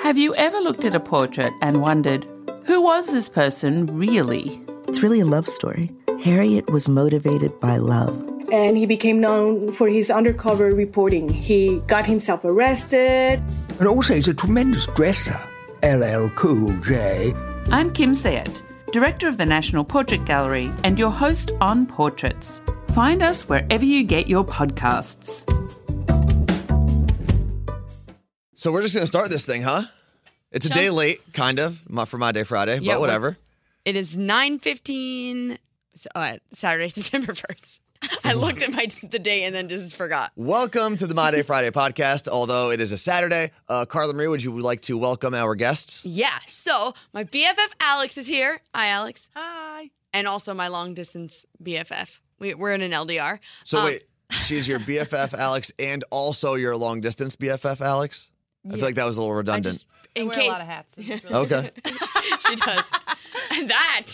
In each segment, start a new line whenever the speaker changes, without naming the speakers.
Have you ever looked at a portrait and wondered, who was this person really?
It's really a love story. Harriet was motivated by love.
And he became known for his undercover reporting. He got himself arrested.
And also, he's a tremendous dresser, LL Cool J.
I'm Kim Sayed, Director of the National Portrait Gallery, and your host on Portraits. Find us wherever you get your podcasts.
So we're just gonna start this thing, huh? It's a day late, kind of, my- for my day Friday,
Yeah,
but
we're-
whatever.
It is 9.15, uh, Saturday, September 1st. I looked at my the day and then just forgot.
Welcome to the My Day Friday podcast. Although it is a Saturday, uh, Carla Marie, would you like to welcome our guests?
Yeah, so my BFF Alex is here. Hi, Alex. Hi. And also my long distance BFF. We, we're in an LDR.
So
Um,
wait, she's your BFF Alex and also your long distance BFF Alex. I feel like that was a little
I
redundant.
just, in
wear
case
a lot of hats. so it's really-
Okay.
she does. And that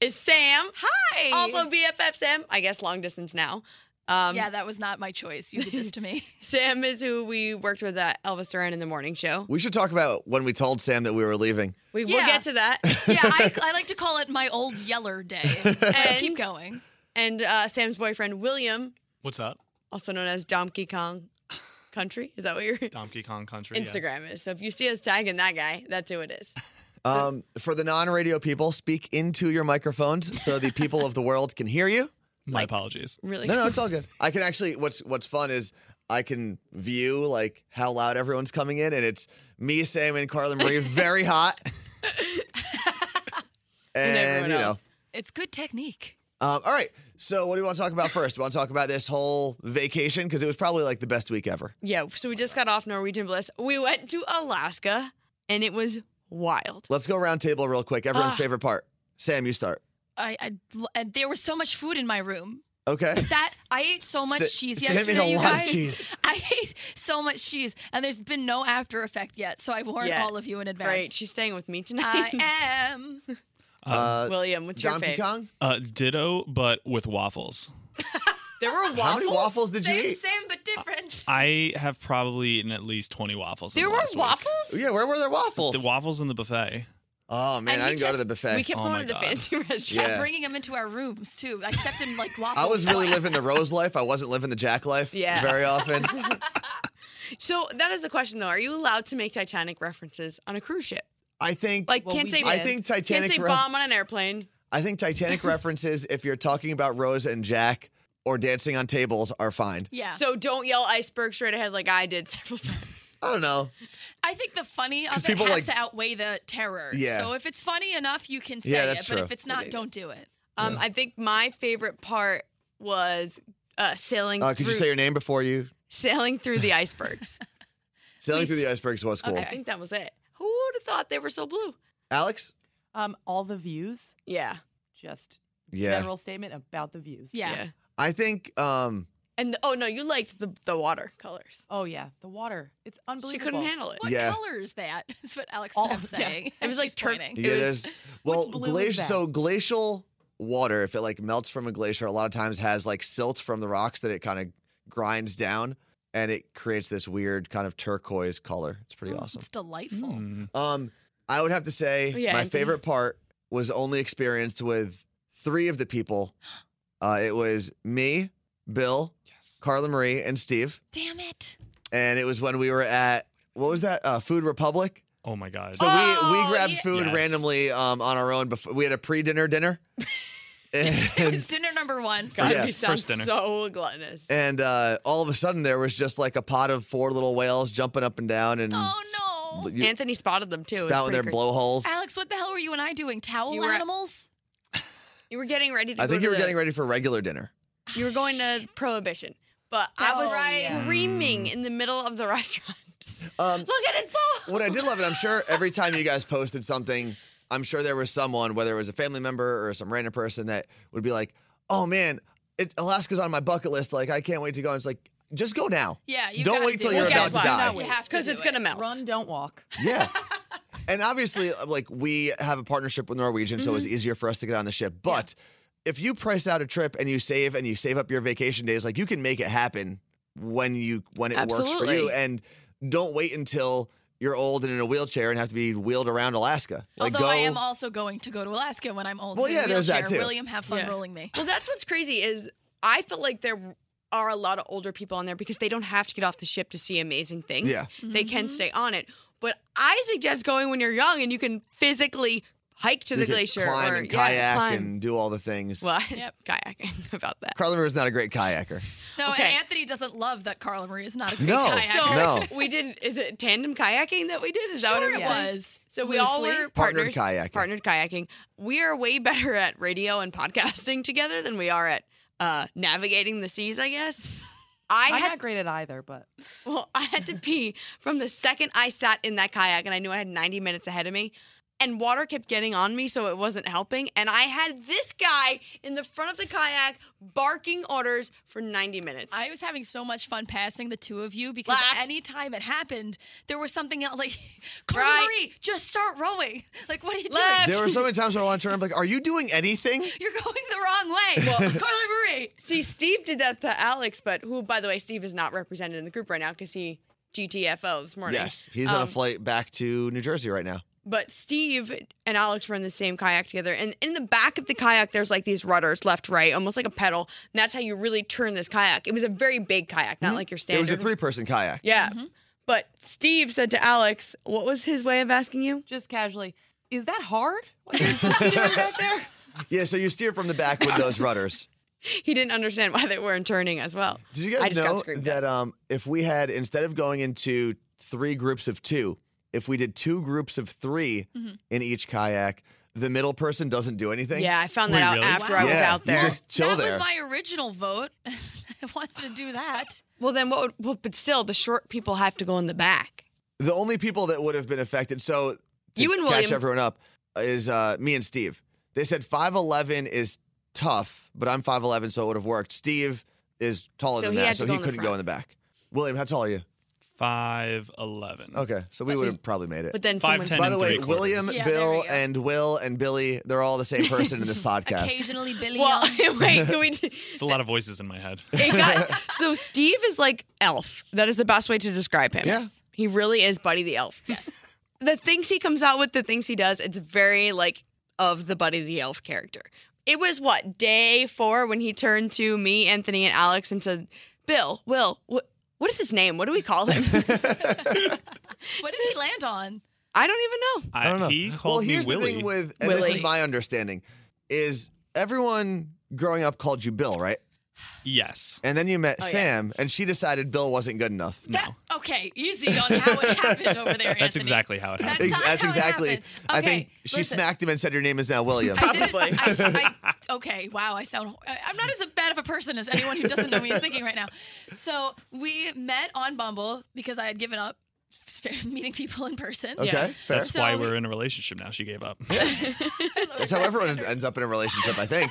is Sam. Hi. Also BFF Sam. I guess long distance now. Um,
yeah, that was not my choice. You did this to me.
Sam is who we worked with at Elvis Duran in the morning show.
we should talk about when we told Sam that we were leaving.
We will
Yeah.
get to that.
yeah, I, I like to call it my old yeller day. But keep going.
and uh, Sam's boyfriend William,
What's up?
also known as Donkey Kong Country. Is that what your
Donkey Kong Country. yes.
Instagram is? So if you see us tagging that guy, that's who it is.
Um, for the non-radio people, speak into your microphones so the people of the world can hear you.
My apologies.
Really?
No, no, it's all good. I can actually. What's What's fun is I can view like how loud everyone's coming in, and it's me, Sam, and Carla Marie, very hot. and
everyone
you know,
else.
It's good technique.
um, all right. So, what do you want to talk about first? We want to talk about this whole vacation because it was probably like the best week ever.
Yeah. So we just got off Norwegian Bliss. We went to Alaska, and it was wild.
Let's go round table real quick. Everyone's
Ah.
favorite part. Sam, you start.
I, I and there was so much food in my room.
Okay.
That I ate so much
Sa-
cheese
Sam ate
yesterday.
a
you
lot of
guys.
cheese.
I ate so much cheese, and there's been no after effect yet. So I warn
Yeah.
all of you in advance.
Right. She's staying with me tonight.
I am.
Uh,
William, what's your
Donkey
favorite?
Kong.
Uh, ditto, but with waffles.
There were waffles.
How many waffles did you
Same,
eat?
same, but different.
I have probably eaten at least 20 waffles. in
There
the
were
last week.
waffles.
Yeah, where were there waffles?
The waffles in the buffet.
oh man,
And
I
we
didn't go to
just-
the buffet.
We kept
Oh,
going
my
to the
God.
fancy restaurant.
Yeah.
Kept bringing them into our rooms too. I stepped in like waffles.
I was really
twice.
living the Rose life. I wasn't living the Jack life
Yeah.
very often.
So that is a question though. Are you allowed to make Titanic references on a cruise ship?
I think
Like can't say
I
man,
think
can't
Titanic
say
ref-
bomb on an airplane.
I think Titanic references if you're talking about Rose and Jack or dancing on tables are fine.
Yeah.
So don't yell iceberg straight ahead like I did several times.
I don't know.
I think the funny of
'Cause
it
people,
has
like-
to outweigh the terror.
Yeah.
So if it's funny enough, you can say
Yeah, that's
it.
true.
But if it's not, don't do it.
Um, I think my favorite part was uh, sailing
Uh, could
through
you say your name before you
sailing through the icebergs.
sailing
Please.
through the icebergs was cool?
I think that was it. Who would have thought they were so blue?
Alex,
Um, all the views.
Yeah.
Just
yeah,
general statement about the views.
Yeah.
I think um,
And oh no, you liked the the water colors.
Oh yeah, the water. It's unbelievable.
She couldn't handle it.
What
Yeah.
color is that? Is what Alex
All-
kept
yeah.
saying.
It
as
was like
she's
tur-
pointing.
yeah.
was-
There's well,
blue is
glacial.
that?
So glacial water, if it like melts from a glacier, a lot of times has like silt from the rocks that it kind of grinds down, and it creates this weird kind of turquoise color. It's pretty
Mm,
awesome.
It's delightful.
Hmm.
Um, I would have to say
Oh, yeah,
my
Anthony.
favorite part was only experienced with three of the people. Uh, it was me, Bill,
Yes.
Carla Marie, and Steve,
Damn it.
and it was when we were at what was that uh, Food Republic.
Oh my God.
So we
Oh,
we grabbed
yeah.
food
Yes.
randomly um, on our own. Before we had a pre-dinner dinner,
It
and
was dinner number one.
God,
Yeah.
we sound
First dinner.
so gluttonous.
and uh, all of a sudden there was just like a pot of four little whales jumping up and down and
Oh no.
you-
Anthony spotted them too. It was
spouting their
pretty crazy.
blowholes.
Alex, what the hell were you and I doing? Towel
You were-
animals?
You were getting ready to
I
go
think
to
you were
the-
getting ready for regular dinner.
You were going to Prohibition, but I
That's
was
right.
screaming in the middle of the restaurant.
Um,
Look at his ball.
what I did love, and I'm sure every time you guys posted something, I'm sure there was someone, whether it was a family member or some random person, that would be like, "Oh man, it, Alaska's on my bucket list. Like, I can't wait to go." And it's like, just go now.
Yeah. You
Don't
gotta
wait
do
till
it.
you're
Well,
about
guess
to
what?
die.
No, we have to
because
do
it's
it.
gonna melt.
Run, don't walk.
Yeah. and obviously, uh, like we have a partnership with Norwegian, so
Mm-hmm.
it's easier for us to get on the ship. But if you price out a trip and you save and you save up your vacation days, like you can make it happen when you when it works for you,
Absolutely.
and don't wait until you're old and in a wheelchair and have to be wheeled around Alaska. Like
Although
go
I am also going to go to Alaska when I'm old.
Well,
in a
yeah, there's that
wheelchair.
too.
William, have fun
Yeah.
rolling me.
Well, that's what's crazy is I feel like there are a lot of older people on there because they don't have to get off the ship to see amazing things.
Yeah.
They can
Mm-hmm.
stay on it. But I suggest going when you're young and you can physically hike to
you
the
can
glacier
climb
or
and
yeah,
kayak
climb.
and do all the things.
well,
Yep.
kayaking about that.
Carla River's not a great kayaker.
No,
Okay.
and Anthony doesn't love that Carla Marie is not a great
No.
kayaker.
So
No.
we did. Is it tandem kayaking that we did? Is that
Sure
what
it was.
So we all
Loosely.
were
Partnered
partners.
kayaking.
Partnered kayaking. We are way better at radio and podcasting together than we are at uh, navigating the seas. I guess. I
I'm
had
not great at either, but
well, I had to pee from the second I sat in that kayak, and I knew I had 90 minutes ahead of me. And water kept getting on me, so it wasn't helping. And I had this guy in the front of the kayak barking orders for 90 minutes.
I was having so much fun passing the two of you because
Laugh.
anytime it happened, there was something else like, Carla
Right.
Marie, just start rowing. Like, what are you
Left.
doing?
There were so many times where I want to turn. I'm like, "Are you doing anything?"
You're going the wrong way.
Carly Marie. See, Steve did that to Alex, but who, by the way, Steve is not represented in the group right now because he GTFO this morning.
Yes, he's on a
Um,
flight back to New Jersey right now.
But Steve and Alex were in the same kayak together. And in the back of the kayak, there's like these rudders left, right, almost like a pedal. And that's how you really turn this kayak. It was a very big kayak, not like your
Mm-hmm. It
standard.
was a three-person kayak.
Yeah. But Steve said to Alex, what was his way of asking you?
just casually, is that hard? What you're supposed to be doing back there?
Yeah, so you steer from the back with those rudders.
He didn't understand why they weren't turning as well.
Did you
I
guys
just got
know
screamed
that um, if we had instead of going into three groups of two, if we did two groups of 3 in each kayak, the middle person doesn't do anything.
Mm-hmm. Yeah, I found that
Wait,
out
really?
after I was
Yeah,
out
you
there.
just chill
that
there.
was my original vote. I wanted to do that.
Well, then what? Would, well, but still, the short people have to go in the back.
the only people that would have been affected. So to
You and
catch
William.
everyone up is uh, me and Steve. They said five eleven is tough, but I'm five eleven, so it would have worked. Steve is taller
So
than
he
that,
had to
so
go
he
in the
couldn't go
front.
in the back. William, how tall are you?
Five eleven.
Okay, so we would have probably made it.
But then
Five
someone.
ten.
By the
and
way,
three quarters.
William,
Yeah, there
Bill,
we go.
and Will and Billy, they're all the same person in this podcast.
Occasionally, Billy.
Well,
Young.
wait. Can we? T-
It's a lot of voices in my head.
it got so Steve is like elf. That is the best way to describe him.
Yeah.
He really is Buddy the Elf.
Yes.
The things he comes out with, the things he does, it's very like of the Buddy the Elf character. It was what day four when he turned to me, Anthony, and Alex and said, "Bill, Will, what, what is his name? What do we call him?
what did he land on?
I don't even know."
I,
don't know.
He called
well,
me
here's
Willie.
the thing with, and this
Willie.
is my understanding, is everyone growing up called you Bill, right?
yes.
And then you
Oh,
met Sam, and she decided Bill wasn't good enough.
That, okay, easy on how it happened over there.
That's
Anthony.
exactly how it happened.
That's not how it
exactly.
happened.
I
Okay,
think she
listen.
smacked him and said, "Your name is now William."
I didn't- I, I- okay, wow. I sound. I- I'm not as bad of a person as anyone who doesn't know me is thinking right now. So we met on Bumble because I had given up meeting people in person.
okay,
Yeah.
fair.
That's
So
why
we-
we're in a relationship now. She gave up.
That's how everyone ends up in a relationship, I think.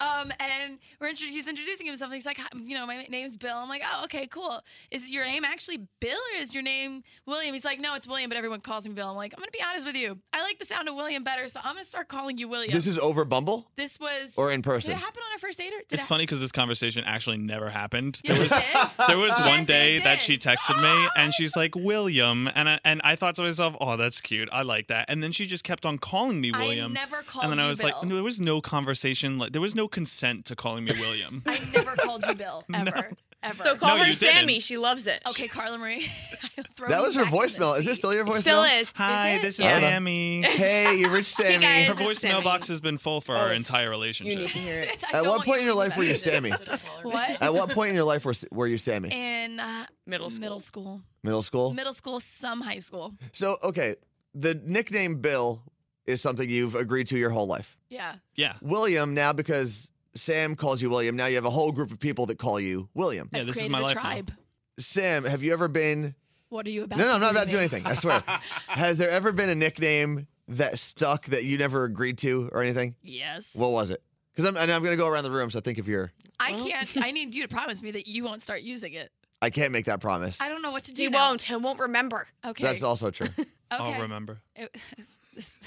Um, and we're intro- he's introducing himself. And he's like, "Hi, you know, my name's Bill. I'm like, oh, okay, cool. Is your name actually Bill or is your name William? He's like, no, it's William, but everyone calls me Bill. I'm like, I'm gonna be honest with you. I like the sound of William better, so I'm gonna start calling you William.
This is over Bumble
This was
or in
did it
person.
happen on our first date or did
It's
it
funny because this conversation actually never happened.
Yes,
There was
it did.
there was
Yes,
one
it
day that
did.
she texted me and she's like William and I, and I thought to myself, oh, that's cute. I like that. And then she just kept on calling me
I
William.
never called
And then I
you
was like,
Bill.
no, there was no conversation. Like there was no consent to calling me William.
I never called you Bill ever, ever.
So call
No,
her
you didn't.
Sammy. She loves it.
okay, Carla Marie. I'll throw
That
you
was her
back in this
voicemail. Is this
seat.
still your voicemail?
Still is.
Hi,
Is it?
this is
Yeah.
Sammy.
Hey, you rich Sammy.
guys.
Her
Is it Sammy?
voicemail box has been full for
Oh,
our entire
You need
relationship.
to hear it.
I
At
don't
what
want
point in your
to
life were you Sammy?
What?
At what point in your life were, were you Sammy?
In uh,
Middle school.
middle school,
Middle school.
middle school, some high school.
so okay, the nickname Bill is something you've agreed to your whole life.
Yeah.
Yeah.
William now because Sam calls you William. Now you have a whole group of people that call you William.
Yeah,
I've
this is
created
my
a
life now.
tribe.
Sam, have you ever been
What are you about?
No,
to
no, I'm not about
do to
to
me?
do anything. I swear. Has there ever been a nickname that stuck that you never agreed to or anything?
Yes.
What was it? Because I'm and I'm gonna go around the room. So think if you're
I can't. I need you to promise me that you won't start using it.
I can't make that promise.
I don't know what to do.
He
now.
won't. He won't remember.
Okay.
That's also true.
Okay.
I'll remember.
It-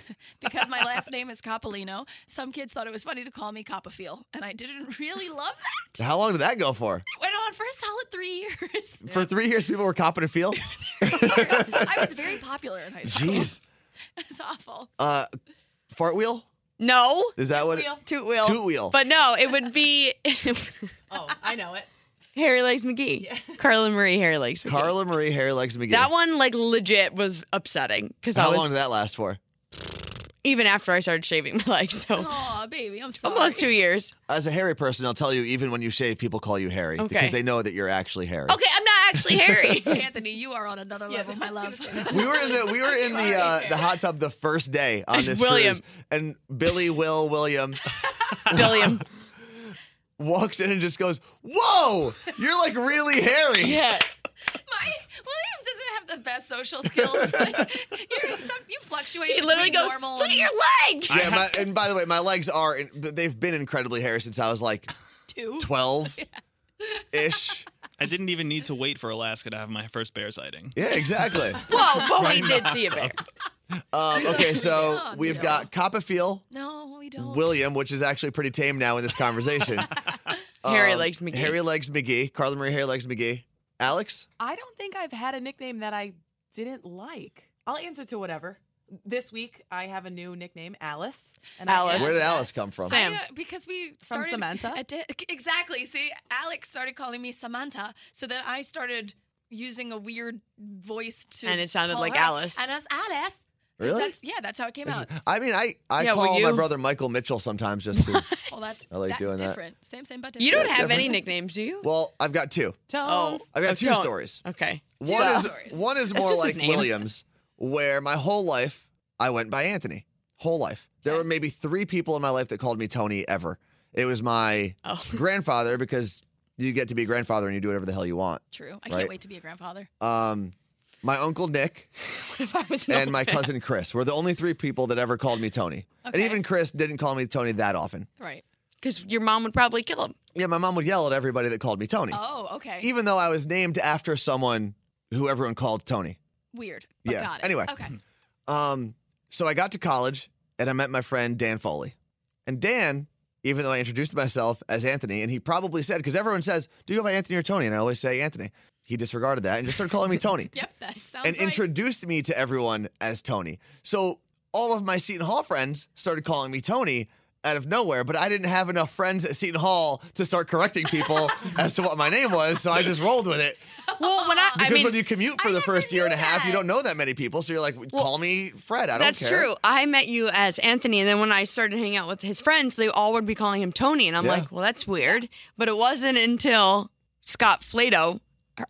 because my last name is Coppolino, some kids thought it was funny to call me Copperfield, and I didn't really love that.
How long did that go for?
It went on for a solid three years.
For three years, people were copping a field.
I was very popular in high school.
Jeez.
It's awful.
Uh, fart wheel?
No.
Is that what? it-
Wheel.
Toot wheel.
Toot wheel.
But no, it would be
Oh, I know it.
Harry Legs McGee. Carla Marie Harry Legs McGee.
Carla Marie Hair Legs McGee.
That one, like, legit was upsetting because I
How
was
long did that last for?
even after I started shaving my legs. So
Oh, baby, I'm sorry.
almost two years.
As a hairy person, I'll tell you, even when you shave, people call you hairy because
Okay. Oh,
they know that you're actually hairy.
Okay, I'm not actually hairy.
Anthony, you are on another level, my love.
We were in the we were in the uh, the hot tub the first day on this
William.
cruise, and Billy Will William
Billiam.
walks in and just goes, "Whoa, you're like really hairy."
Yeah.
My William doesn't have the best social skills. Like, you're, some, you fluctuate.
He literally
between
goes,
normal
look at
and-
your leg.
Yeah, my, and by the way, my legs are, in, they've been incredibly hairy since I was like 12 ish.
I didn't even need to wait for Alaska to have my first bear sighting.
Yeah, exactly.
Whoa, but we did see a bear.
Um, okay, so
Oh,
we've
no.
got Copperfield,
No, we don't.
William, which is actually pretty tame now in this conversation.
Harry
Um,
Legs McGee.
Harry Legs McGee. Carla Marie Harry Legs McGee. Alex?
I don't think I've had a nickname that I didn't like. I'll answer to whatever. This week I have a new nickname, Alice. And I
Alice.
am-
Where did Alice come from?
Sam.
I know, because we started
Samantha?
I did- exactly. See, Alex started calling me Samantha, so then I started using a weird voice to.
And it sounded
call
like
her.
Alice.
And it's Alice. 'Cause
Really?
that's- yeah, that's how it came out.
I mean, I, I
Yeah, were
call my
you?
brother Michael Mitchell sometimes just because.
Well, that's
I like
that
doing that.
different. Same, same, but different.
You don't have any nicknames, do you?
well, I've got two.
Tones.
I've got
Oh,
two
don't.
stories.
Okay.
One is,
stories.
one is
That's
more
just his
like
name.
Williams, where my whole life I went by Anthony. Whole life. There were maybe three people in my life that called me Tony ever. It was my
Oh.
grandfather because you get to be a grandfather and you do whatever the hell you want.
True. I
Right.
can't wait to be a grandfather.
Um, my uncle Nick
If I was an
and
old
my
man.
cousin Chris were the only three people that ever called me Tony. And
Okay.
even Chris didn't call me Tony that often.
Right.
Because your mom would probably kill him.
Yeah, my mom would yell at everybody that called me Tony,
Oh, okay.
even though I was named after someone who everyone called Tony.
Weird. But
Yeah,
Got it.
anyway. Mm-hmm.
Okay.
Um, so I got to college and I met my friend Dan Foley. And Dan, even though I introduced myself as Anthony, and he probably said, because everyone says, Do you go by Anthony or Tony? And I always say Anthony. He disregarded that and just started calling me Tony
Yep. That sounds
and
right.
introduced me to everyone as Tony. So all of my Seton Hall friends started calling me Tony out of nowhere, but I didn't have enough friends at Seton Hall to start correcting people as to what my name was. So I just rolled with it.
Well, when I, I
Because
mean,
when you commute for
I
the
never
first year
knew
and a half, you
that.
don't know that many people. So you're like, call me Fred. I don't
That's
care.
true. I met you as Anthony, and then when I started hanging out with his friends, they all would be calling him Tony, and I'm
Yeah.
like, well, that's weird. But it wasn't until Scott Flato,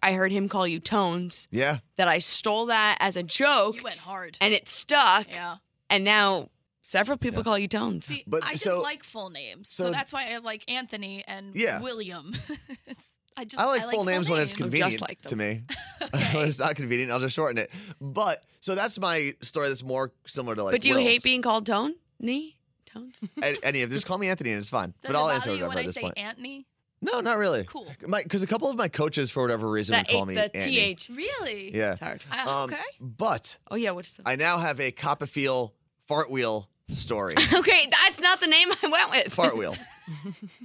I heard him call you Tones,
Yeah.
that I stole that as a joke,
You went hard.
and it stuck.
yeah.
And now several people call you Tones.
See,
But
I just
so-
like full names,
so-
so that's why I like Anthony and
Yeah.
William. It's- I just
I like full names when it's
names.
convenient
like
to
them.
me. when it's not convenient, I'll just shorten it. But so that's my story that's more similar to like
but do you
Will's.
hate being called Tone? Knee? Tones?
A- any of just call me Anthony and it's fine.
Does
but I'll
it
answer
bother you
whatever
when
at
I
this
say
point.
Anthony?
no, not really.
Cool.
Because a couple of my coaches, for whatever reason,
That
would call
eight-
me
the
Andy.
TH.
Really?
Yeah.
It's hard.
Uh,
Um,
okay.
But
Oh, yeah, what's the.
I now have a Copperfield fart wheel story.
okay, that's not the name I went with.
fart wheel.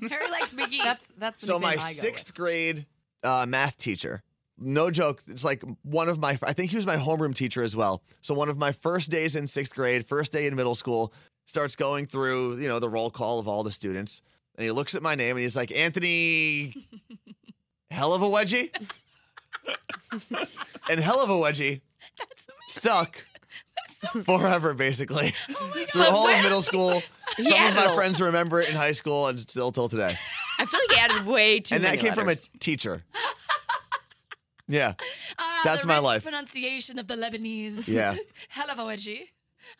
Harry likes McGee.
That's that's the
So
nickname
my
I go with.
sixth grade uh, math teacher, no joke, it's like one of my, I think he was my homeroom teacher as well. So one of my first days in sixth grade, first day in middle school, starts going through, you know, the roll call of all the students. And he looks at my name and he's like, Anthony, hell of a wedgie. and hell of a wedgie stuck forever, basically.
Oh
Through all of middle school. Some of my
Yeah.
friends remember it in high school and still till today
I feel like I added way too
and
many
that came
letters.
from a teacher. yeah,
Ah,
that's
the
my
rich
life.
pronunciation of the Lebanese.
yeah,
Hell of a wedgie.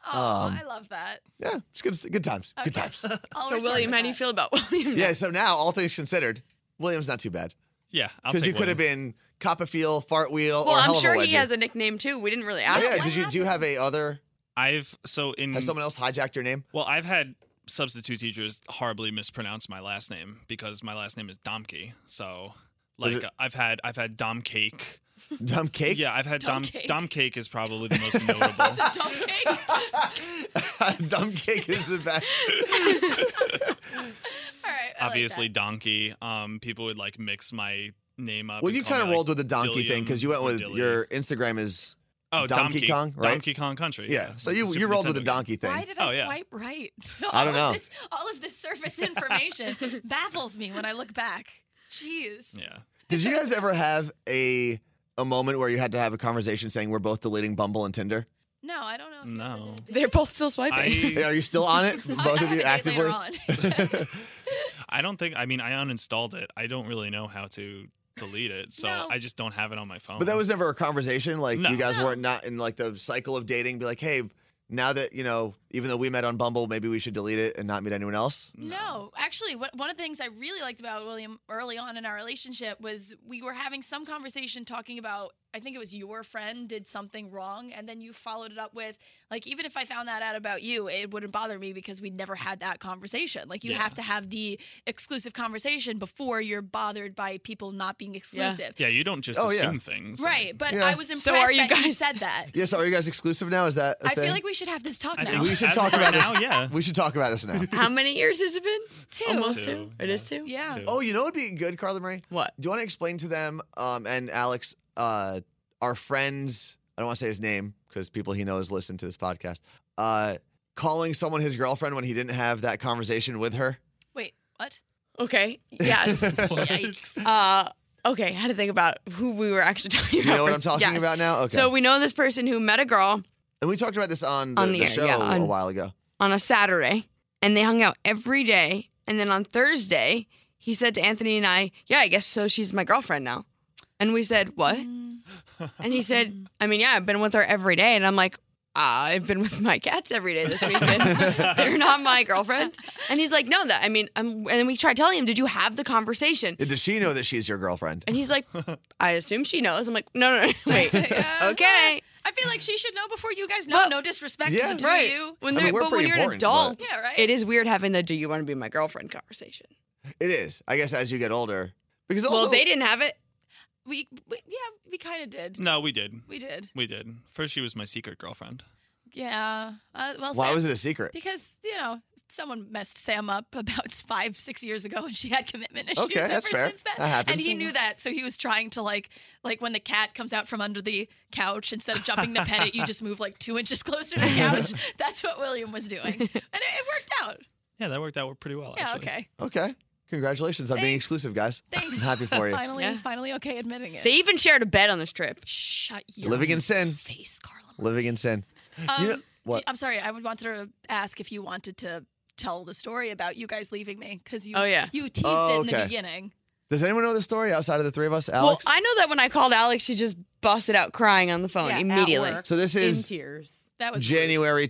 Oh,
Um,
I love that.
yeah. It's good, good times, good
Okay.
times.
I'll
So,
return
William,
to
how do you
that.
feel about William?
Yeah. So now, all things considered, William's not too bad
Yeah, I'll
because you
take
could have
William.
been Copperfield, Fartwheel,
Well,
or
I'm
Hell
sure
of a
he
Wedgie. Oh,
has a nickname too. We didn't really
yeah.
ask. him.
Did you do you have a other?
I've so in
Has someone else hijacked your name?
well, I've had substitute teachers horribly mispronounce my last name because my last name is Domke. So Like
it-
I've had I've had Dom Cake.
Dumb cake.
Yeah, I've had
Dom
Dom
Cake.
Dom Cake is probably the most notable.
It's a dumb cake.
Dumb cake is the best.
All right. I like
Obviously
that.
Donkey. Um people would like mix my name up.
Well,
and
you
call
kind of
me, like,
rolled with the donkey thing because you went
Dillium or
with
Dilly.
your Instagram is
oh,
Donkey
Donkey
Kong, right?
Donkey Kong Country.
yeah. So
like
you you
the Super
rolled with the
Nintendo
donkey thing.
Why did
Oh,
I
yeah.
swipe right?
I don't
All
know.
of this- all of this surface information baffles me when I look back. Jeez.
game. Yeah.
Did you guys ever have a a moment where you had to have a conversation saying we're both deleting Bumble and Tinder?
No, I don't know. If you ever
No.
did.
They're both still
I
swiping.
Hey, Are you still on it?
I-
Both
I
of you
have a date
actively.
later on.
I don't think. I mean, I uninstalled it. I don't really know how to delete it, so
No.
I just don't have it on my phone.
But that was never a conversation. Like
No.
you guys
No.
weren't not in like the cycle of dating. Be like, hey, now that you know, even though we met on Bumble, maybe we should delete it and not meet anyone else.
No, actually, what, one of the things I really liked about William early on in our relationship was we were having some conversation talking about, I think it was your friend did something wrong. And then you followed it up with, like, even if I found that out about you, it wouldn't bother me because we'd never had that conversation. Like, you
Yeah.
have to have the exclusive conversation before you're bothered by people not being exclusive.
Yeah, you don't just
Oh, yeah.
assume things.
Right. But
Yeah.
I was
So
impressed
are you
that you
guys-
said that.
Yes. are you guys exclusive now? Is that? I
I feel like we should have this talk
I
now.
think
We should
as
talk
of
about this.
right now, yeah.
we should talk about this now.
How many years has it been?
Two.
Almost two.
Two,
It is two.
yeah.
Two.
oh, you know what'd be good, Carla Marie?
What?
Do you want to explain to them um, and Alex, uh, our friends? I don't want to say his name because people he knows listen to this podcast. Uh, calling someone his girlfriend when he didn't have that conversation with her.
Wait, what?
Okay. Yes.
Yikes.
uh, okay. I had to think about who we were actually talking
Do
about.
you know what I'm
first.
talking
Yes.
about now? Okay.
So we know this person who met a girl
and we talked about this on the,
On the air,
show
yeah, on-
a while ago.
on a Saturday and they hung out every day. And then on Thursday, he said to Anthony and I, Yeah, I guess so. She's my girlfriend now. And we said, What?
Mm.
And he said, I mean, yeah, I've been with her every day. And I'm like, Ah, I've been with my cats every day this weekend. They're not my girlfriend. And he's like, No, that, I mean, i and then we tried telling him, Did you have the conversation?
Does she know that she's your girlfriend?
And he's like, I assume she knows. I'm like, No, no, no, wait.
Yeah.
okay.
I feel like she should know before you guys know.
But-
no disrespect
Yeah.
to the two of
Right.
you.
When
I mean,
they're-
we're
but when
pretty
you're an
important, but-
adult,
Yeah, right.
it is weird having the do you want to be my girlfriend conversation.
It is. I guess as you get older, because also
well, they didn't have it.
We, we yeah, we kind of did.
No, we did.
We did.
We did. First, she was my secret girlfriend.
Yeah. Uh, well,
why
Sam,
was it a secret?
Because you know someone messed Sam up about five, six years ago, and she had commitment issues
Okay,
ever
that's fair.
since then.
That happens.
and he knew
Mm-hmm.
that, so he was trying to like, like when the cat comes out from under the couch, instead of jumping to pet it, you just move like two inches closer to the couch. That's what William was doing, and it, it worked out.
Yeah, that worked out pretty well.
Yeah.
actually.
Okay.
Okay. Congratulations on being
Thanks.
exclusive, guys.
Thanks.
I'm happy for you.
finally,
Yeah.
finally, okay, admitting it.
They even shared a bed on this trip.
Shut your
Living in sin.
face, Carla.
Living in sin.
Um,
You know-
do-
what?
I'm sorry. I would wanted to ask if you wanted to tell the story about you guys leaving me because you
Oh, yeah.
you teased
Oh,
it in the
okay.
beginning.
Does anyone know the story outside of the three of us, Alex?
Well, I know that when I called Alex, she just busted out crying on the phone
Yeah, at
immediately.
work,
So this is-
in tears.
That was
January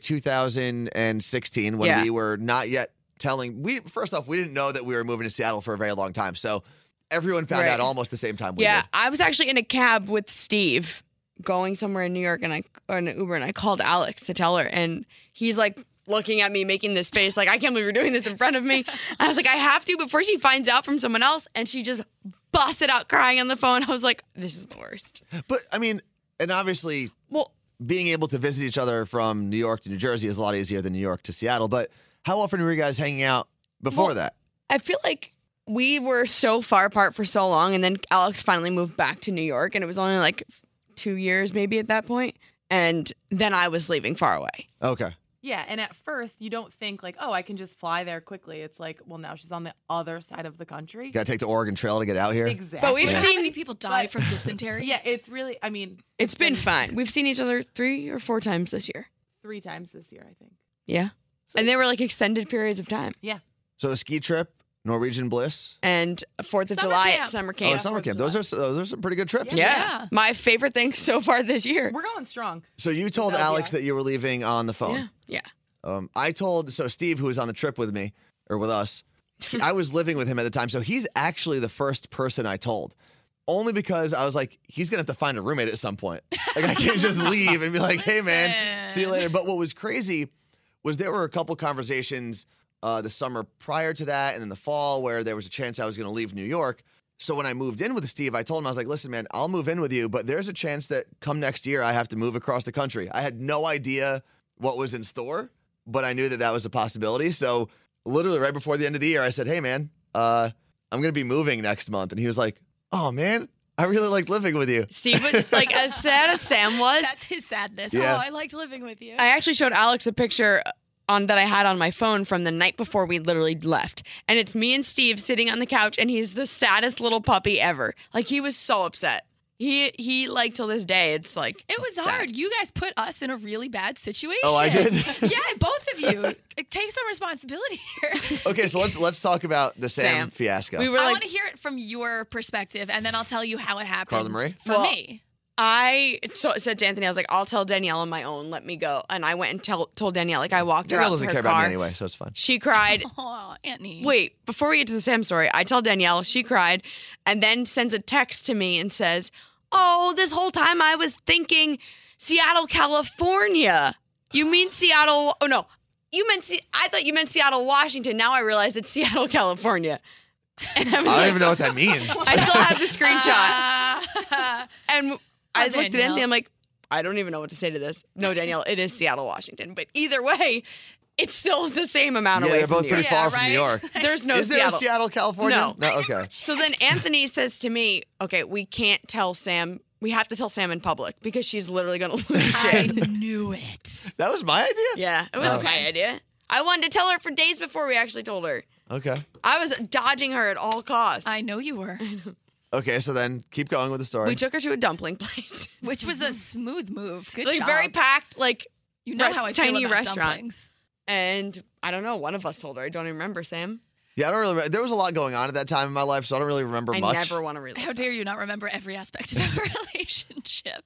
2016 when
Yeah.
we were not yet telling we first off we didn't know that we were moving to Seattle for a very long time. So everyone found
Right.
out almost the same time we
Yeah,
did.
I was actually in a cab with Steve going somewhere in New York and I or in an Uber and I called Alex to tell her and he's like looking at me making this face like I can't believe you're doing this in front of me. I was like I have to before she finds out from someone else and she just busted out crying on the phone. I was like this is the worst.
But I mean, and obviously
Well,
being able to visit each other from New York to New Jersey is a lot easier than New York to Seattle, but how often were you guys hanging out before
Well-
that?
I feel like we were so far apart for so long, and then Alex finally moved back to New York, and it was only like two years maybe at that point. And then I was leaving far away.
Okay.
Yeah, and at first you don't think like, oh, I can just fly there quickly. It's like, well, now she's on the other side of the country.
Got to take the Oregon Trail to get out here.
Exactly.
But we've
How
seen-
many people die
but-
from dysentery?
Yeah, it's really. I mean,
It's been fun. We've seen each other three or four times this year.
three times this year, I think.
Yeah. And they were like extended periods of time.
Yeah.
So a ski trip, Norwegian Bliss,
And 4th of
Summer
July at
camp.
summer
oh,
camp.
and summer
Fourth of
camp. Those are those are some pretty good trips.
yeah.
Yeah.
My favorite thing so far this year.
We're going strong.
So you told
That'll be
Alex
all.
that you were leaving on the phone.
Yeah. Yeah.
Um, I told so Steve, who was on the trip with me or with us, he- I was living with him at the time, so he's actually the first person I told, only because I was like, he's gonna have to find a roommate at some point. Like I can't just leave and be like, hey man, see you later. But what was crazy was there were a couple conversations uh, the summer prior to that, and then the fall where there was a chance I was gonna leave New York, So when I moved in with Steve, I told him I was like, "Listen, man, I'll move in with you, but there's a chance that come next year I have to move across the country." I had no idea what was in store, but I knew that that was a possibility. So literally right before the end of the year, I said, "Hey, man, uh, I'm gonna be moving next month," and he was like, "Oh, man." I really liked living with you.
Steve was like, as sad as Sam was,
That's his sadness.
Yeah.
Oh, I liked living with you.
I actually showed Alex a picture on that I had on my phone from the night before we literally left. And it's me and Steve sitting on the couch and he's the saddest little puppy ever. Like he was so upset. He he like till this day it's like
it was
sad.
hard. You guys put us in a really bad situation.
Oh, I did?
yeah, both of you. Take some responsibility here.
Okay, so let's let's talk about the Sam,
Sam.
fiasco.
We were
I
like
want to hear it from your perspective, and then I'll tell you how it happened.
Carla Marie?
For
Well,
me.
I so, said to Anthony I was like I'll tell Danielle on my own, let me go. And I went and tell, told Danielle like I walked
Danielle
her out to
doesn't
her
care
car.
about me anyway, so it's fine.
She cried
Oh, Anthony.
Wait, before we get to the Sam story, I tell Danielle, she cried, and then sends a text to me and says, Oh, this whole time I was thinking Seattle, California. You mean Seattle? Oh, no. You meant, Se- I thought you meant Seattle, Washington. Now I realize it's Seattle, California. And I was
I don't
like,
even know what that means.
I still have the screenshot.
Ah.
and I looked at
Uh, Danielle.
Anthony, I'm like, I don't even know what to say to this. No, Danielle, it is Seattle, Washington. But either way, it's still the same amount
yeah,
away
they're
from
both
New
pretty
York.
far
Yeah,
from New York.
right?
There's no
Is there a Seattle, California?
No.
okay.
So then Anthony says to me, "Okay, we can't tell Sam. We have to tell Sam in public because she's literally going to lose
I
it."
knew it.
That was my idea.
yeah, it was my idea. I wanted to tell her for days before we actually told her.
Okay.
I was dodging her at all costs.
I know you were,
Okay, so then keep going with the story.
we took her to a dumpling place,
which was a smooth move. Good
like
job.
very packed, like
you know
rest-
how I
tiny
feel about
restaurant.
dumplings.
And I don't know. One of us told her. I don't even remember Sam.
yeah, I don't really. Remember. There was a lot going on at that time in my life, so I don't really remember
I
much.
never want to relive.
How
that.
dare you not remember every aspect of our relationship?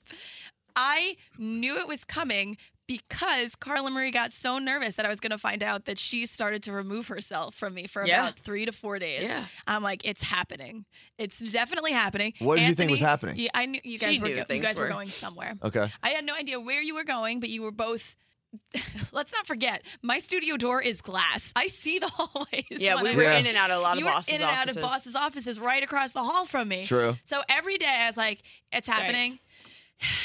I knew it was coming because Carla Marie got so nervous that I was going to find out that she started to remove herself from me for
Yeah.
about three to four days.
Yeah.
I'm like, it's happening. It's definitely happening.
What did you think was
Anthony-
happening?
Yeah, I knew you guys
She
were
knew
go- you
things
guys were
were-
going somewhere.
okay.
I had no idea where you were going, but you were both. Let's not forget, my studio door is glass. I see the hallways.
Yeah,
when
we
I'm
were
Yeah.
in and out of a lot
you
of
were
bosses'
in and out of
offices.
bosses' offices right across the hall from me.
True.
So every day I was like, it's happening.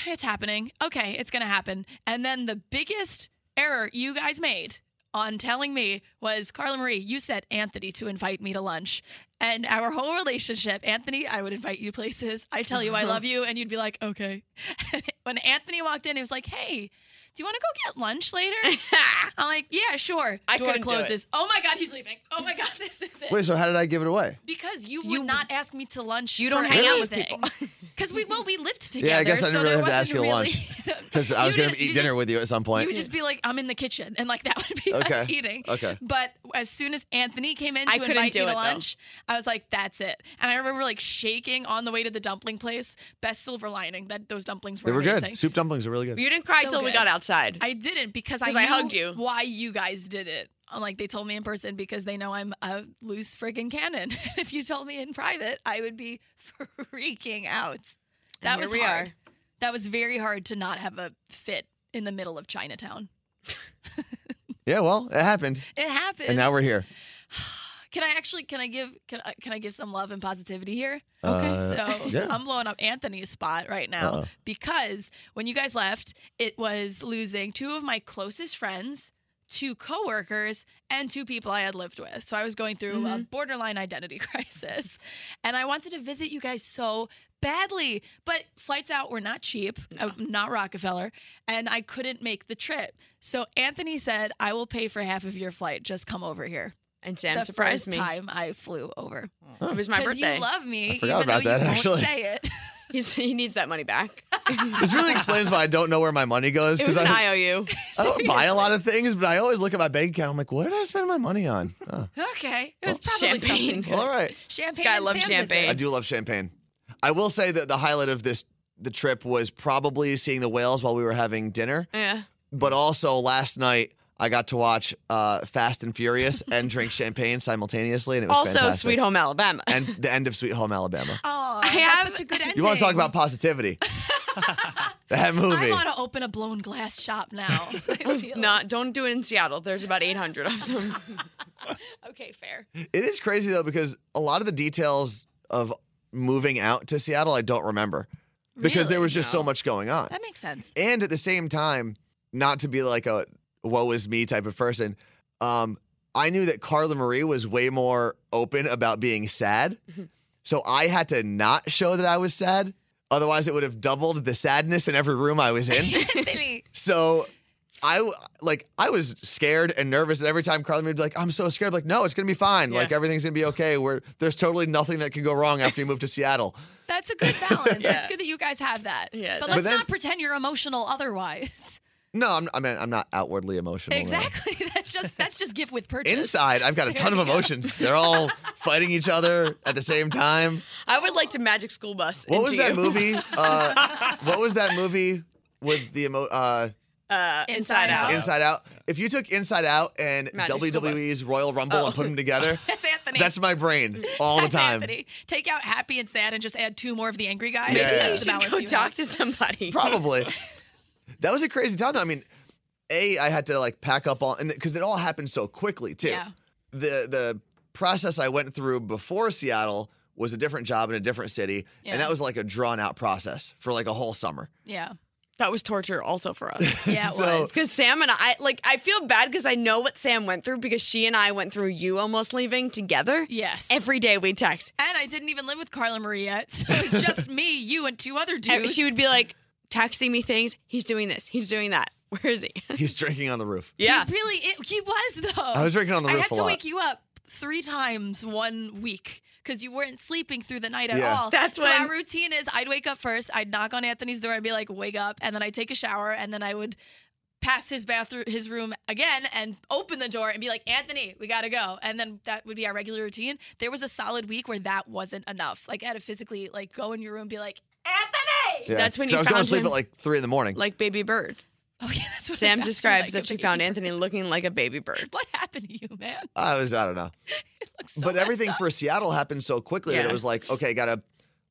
It's happening. Okay, it's going to happen. And then the biggest error you guys made on telling me was Carla Marie, you said Anthony to invite me to lunch. And our whole relationship, Anthony, I would invite you places. I tell you I love you, and you'd be like, okay. when Anthony walked in, he was like, hey, do you want to go get lunch later? I'm like, yeah, sure.
I
Door
couldn't do it.
closes. Oh my God, he's leaving. Oh my God, this is it.
Wait, so how did I give it away?
Because you would
You-
not ask me to lunch.
You don't hang out with people.
Because we well we lived together.
Yeah, I guess I
so
didn't really
there
have to ask you to
wasn't
lunch.
really-
Because I
You
was going to
didn't-
eat
you
dinner
just-
with you at some point.
You would just be like, I'm in the kitchen, and like that would be us
Okay.
eating.
Okay.
But as soon as Anthony came in
I
to
couldn't
invite
do
me
it,
to
though.
lunch, I was like, that's it. And I remember like shaking on the way to the dumpling place. Best silver lining that those dumplings were.
they were
amazing.
good. Soup dumplings are really good.
you didn't cry
So
till we
good.
got outside.
I didn't because I,
'Cause I
knew
hugged you.
Why you guys did it? I'm like they told me in person because they know I'm a loose friggin' cannon. if you told me in private, I would be freaking out. That
here
was
we
hard.
are.
That was very hard to not have a fit in the middle of Chinatown.
yeah, well, it happened,
It happened.
and now we're here.
Can I actually? Can I give? Can I? Can I give some love and positivity here?
Okay.
so
yeah. Uh-uh.
I'm blowing up Anthony's spot right now
Uh-oh.
because when you guys left, it was losing two of my closest friends, two coworkers, and two people I had lived with. So I was going through a borderline identity crisis, and I wanted to visit you guys so badly, but flights out were not cheap. I'm not Rockefeller, and I couldn't make the trip. So Anthony said, "I will pay for half of your flight. Just come over here."
and Sam
the
surprised
first
me.
time I flew over.
It was my
Because
birthday.
you love me,
I
even
forgot
though
about
you
that,
won't
actually.
say it.
He's, he needs that money back.
This really explains why I don't know where my money goes
It
because
was an
I,
IOU.
I don't buy a lot of things, but I always look at my bank account. I'm like, what did I spend my money on? Oh,
Okay, it was probably
Champagne.
something.
well, all right.
Champagne.
guy
and
loves
Sam visit.
champagne.
I do love champagne. I will say that the highlight of this the trip was probably seeing the whales while we were having dinner,
Yeah.
but also last night I got to watch uh, Fast and Furious and drink champagne simultaneously, and it was
Also,
fantastic.
Sweet Home Alabama.
and the end of Sweet Home Alabama.
I
Oh, that's
have-
such a good ending.
You want to talk about positivity? that
I
movie.
want to open a blown glass shop now. I feel
Not, don't do it in Seattle. There's about 800 of them.
okay. Fair.
It is crazy though because a lot of the details of moving out to Seattle, I don't remember because there
Really?
was just so
No.
much going on.
That makes sense.
And at the same time, not to be like a woe is me type of person, um, I knew that Carla Marie was way more open about being sad.
Mm-hmm.
So I had to not show that I was sad. Otherwise, it would have doubled the sadness in every room I was in.
Anthony,
so I w- like I was scared and nervous, and every time Carla Marie would be like, "I'm so scared," I'm like, "No, it's gonna be fine. Like everything's gonna be okay. We're there's totally nothing that can go wrong after you move to Seattle."
that's a good balance. It's good that you guys have that.
Yeah,
but
that-
let's
But then-
not pretend you're emotional otherwise.
No, I'm, I mean I'm not outwardly emotional. no.
Exactly. That's just that's just gift with purchase.
Inside, I've got a ton of emotions. They're all fighting each other at the same time.
I would like to magic school bus.
What was
into
that
you.
movie? Uh, what was that movie with the emo- uh,
Uh,
Inside
Inside
Out.
Out.
Inside Out? If you took Inside Out and
Magic School Oh.
WWE's Royal Rumble and put them together,
That's Anthony.
that's my brain all the
That's
time.
Anthony. Take out happy and sad and just add two more of the angry guys.
Yeah.
That's
You
the
should
balance
go
you
talk
have.
to somebody.
Probably. that was a crazy time. Though. I mean, a I had to like pack up all, and because it all happened so quickly too.
Yeah.
The the process I went through before Seattle was a different job in a different city,
Yeah.
and that was like a drawn out process for like a whole summer.
Yeah.
That was torture also for us.
Yeah, it
So-
was.
Because Sam and I, like, I feel bad because I know what Sam went through because she and I went through you almost leaving together.
Yes.
Every day we text.
and I didn't even live with Carla Marie yet. So it was just me, you, and two other
Ev-
dudes.
She would be like texting me things. He's doing this. He's doing that. Where is he?
He's drinking on the roof.
yeah.
He really, it, he was though.
I was drinking on the
I
roof
had
a
to
lot.
wake you up three times one week because you weren't sleeping through the night at
Yeah.
all.
That's
so
when-
our routine is I'd wake up first, I'd knock on Anthony's door, I'd be like, "Wake up," and then I'd take a shower, and then I would pass his bathroom, his room again, and open the door and be like, "Anthony, we gotta go," and then that would be our regular routine. There was a solid week where that wasn't enough. Like I had to physically like go in your room, and be like, "Anthony."
Yeah.
That's when
so
you
I was going
found
to sleep
him-
at like three in the morning.
Like baby bird.
Oh yeah, that's what I
Sam
found you,
describes
like a
that she
baby.
found Anthony looking like a baby bird.
What happened to you, man?
I was I don't know.
It looks so
but
messed
everything
up.
for Seattle happened so quickly that
Yeah.
it was like, okay, gotta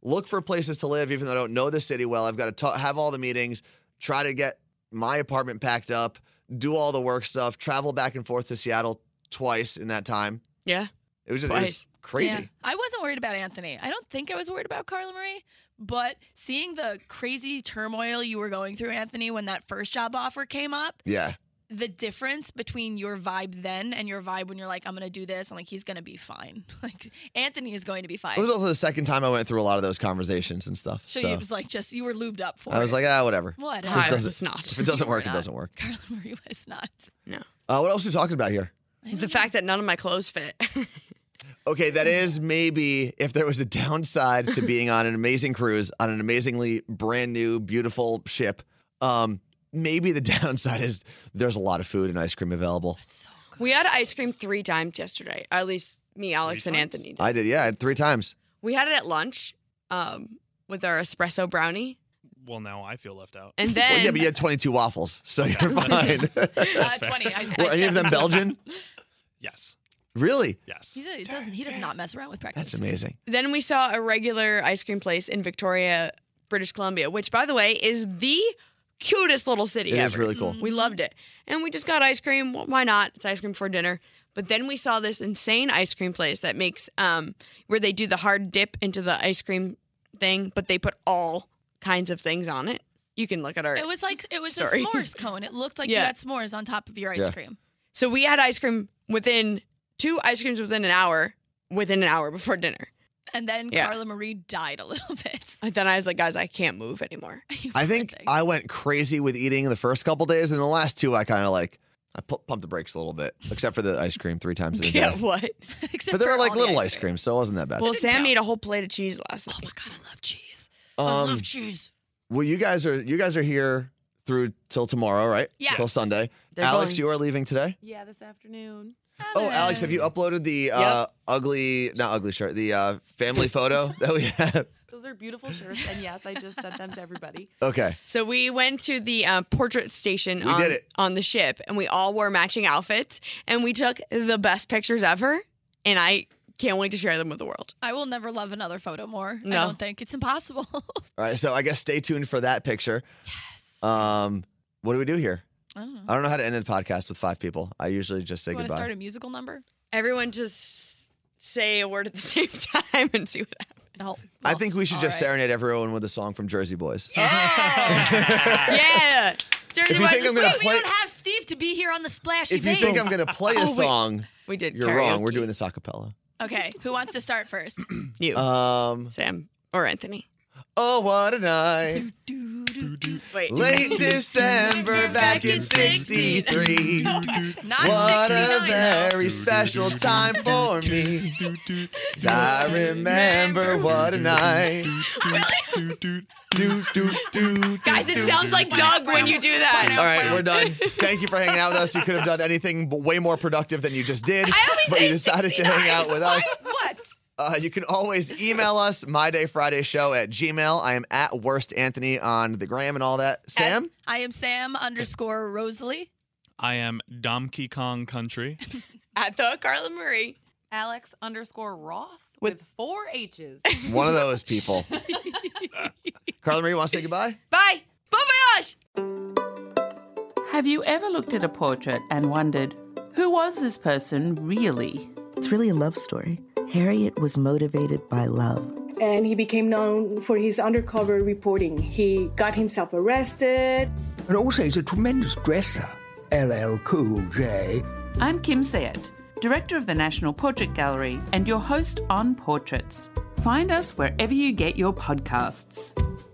look for places to live, even though I don't know the city well. I've got to ta- have all the meetings, try to get my apartment packed up, do all the work stuff, travel back and forth to Seattle twice in that time.
Yeah.
It was just it was
Twice.
crazy.
Yeah. I wasn't worried about Anthony. I don't think I was worried about Carla Marie, but seeing the crazy turmoil you were going through, Anthony, when that first job offer came up,
Yeah.
the difference between your vibe then and your vibe when you're like, I'm going to do this, and like, he's going to be fine. Like, Anthony is going to be fine.
It was also the second time I went through a lot of those conversations and stuff.
so,
So,
you was like, just, you were lubed up for it.
I was like, ah, whatever.
what?
This
I
doesn't-
was not.
If it doesn't
You were
work, it
not.
doesn't work.
Carla Marie was not.
No.
Uh, what else are we talking about here?
The fact that none of my clothes fit.
Okay, that is maybe if there was a downside to being on an amazing cruise on an amazingly brand new, beautiful ship. Um, maybe the downside is there's a lot of food and ice cream available.
we had ice cream three times yesterday. At least me, Alex,
Three
and
times?
Anthony. Did.
I did, yeah, I had three times.
We had it at lunch um, with our espresso brownie.
Well, now I feel left out.
And then
Well, yeah, but you had 22 waffles, so you're fine.
Uh,
fair.
20. I, I
Were any of
stepped
them
into-
Belgian?
Yes.
Really?
Yes.
He's a, he doesn't, he does not mess around with breakfast.
That's amazing.
Then we saw a regular ice cream place in Victoria, British Columbia, which, by the way, is the cutest little city
It
ever. Mm-hmm.
is really cool.
We loved it. And we just got ice cream. Well, why not? It's ice cream for dinner. But then we saw this insane ice cream place that makes, um, where they do the hard dip into the ice cream thing, but they put all kinds of things on it. You can look at our.
It was like, it was
Sorry.
a s'mores cone. It looked like you
Yeah.
had s'mores on top of your ice
Yeah.
cream.
so we had ice cream within two ice creams within an hour, within an hour before dinner.
And then
Yeah.
Carla Marie died a little bit.
And then I was like, guys, I can't move anymore.
I think I went crazy with eating the first couple days, and the last two, I kind of like, I pu- pumped the brakes a little bit, except for the ice cream three times in a
Yeah,
day.
what?
Except
But they
for
were like
all the
little ice creams, so it wasn't that bad.
Well, Sam
count.
ate a whole plate of cheese last night.
Oh my god, I love cheese. I
Um,
love cheese.
Well, you guys are you guys are here through till tomorrow, right?
Yes.
Till Sunday.
They're
Alex,
going.
you are leaving today.
Yeah, this afternoon.
Oh, Alex, have you uploaded the uh, ugly, not ugly shirt, the uh, family photo that we have?
Those are beautiful shirts, and yes, I just sent them to everybody.
Okay.
So we went to the uh, portrait station
We
on,
did it.
on the ship, and we all wore matching outfits, and we took the best pictures ever. And I can't wait to share them with the world.
I will never love another photo more. I
No.
don't think it's impossible.
All right. So I guess stay tuned for that picture. Yes. Um, what do we do here?
I don't know.
I don't know how to end a podcast with five people. I usually just say
You want to
goodbye.
start a musical number?
Everyone, just say a word at the same time and see what happens.
Oh,
I
well,
think we should
all
just
right.
serenade everyone with a song from Jersey Boys.
yeah.
If you think
Wait,
I'm gonna
we
play-
don't have Steve to be here on the splashy
If you
base.
think I'm going to play
Oh,
a song,
We did.
you're wrong. We're
karaoke.
doing this a cappella.
Okay, who wants to start first?
you,
Um,
Sam, or Anthony.
oh, what a night.
Wait.
Late December back in 63.
Not
What a
69, though.
very special time for me. 'Cause I remember what a night. Do, do, do,
Guys, it sounds like Doug when you do that.
All right, we're done. Thank you for hanging out with us. You could have done anything but way more productive than you just did,
always
but you
say
decided to hang out with us.
What?
Uh, you can always email us, mydayfridayshow at gmail. I am at worst Anthony on the gram and all that. Sam?
I am Sam underscore Rosalie.
I am Donkey Kong Country.
At the Carla Marie.
Alex underscore Roth with, four H's.
One of those people. Carla Marie, want to say goodbye?
Bye. Bon voyage.
Have you ever looked at a portrait and wondered, who was this person really?
It's really a love story. Harriet was motivated by love.
And he became known for his undercover reporting. He got himself arrested.
And also, he's a tremendous dresser, LL Cool J.
I'm Kim Sayed, Director of the National Portrait Gallery and your host on Portraits. Find us wherever you get your podcasts.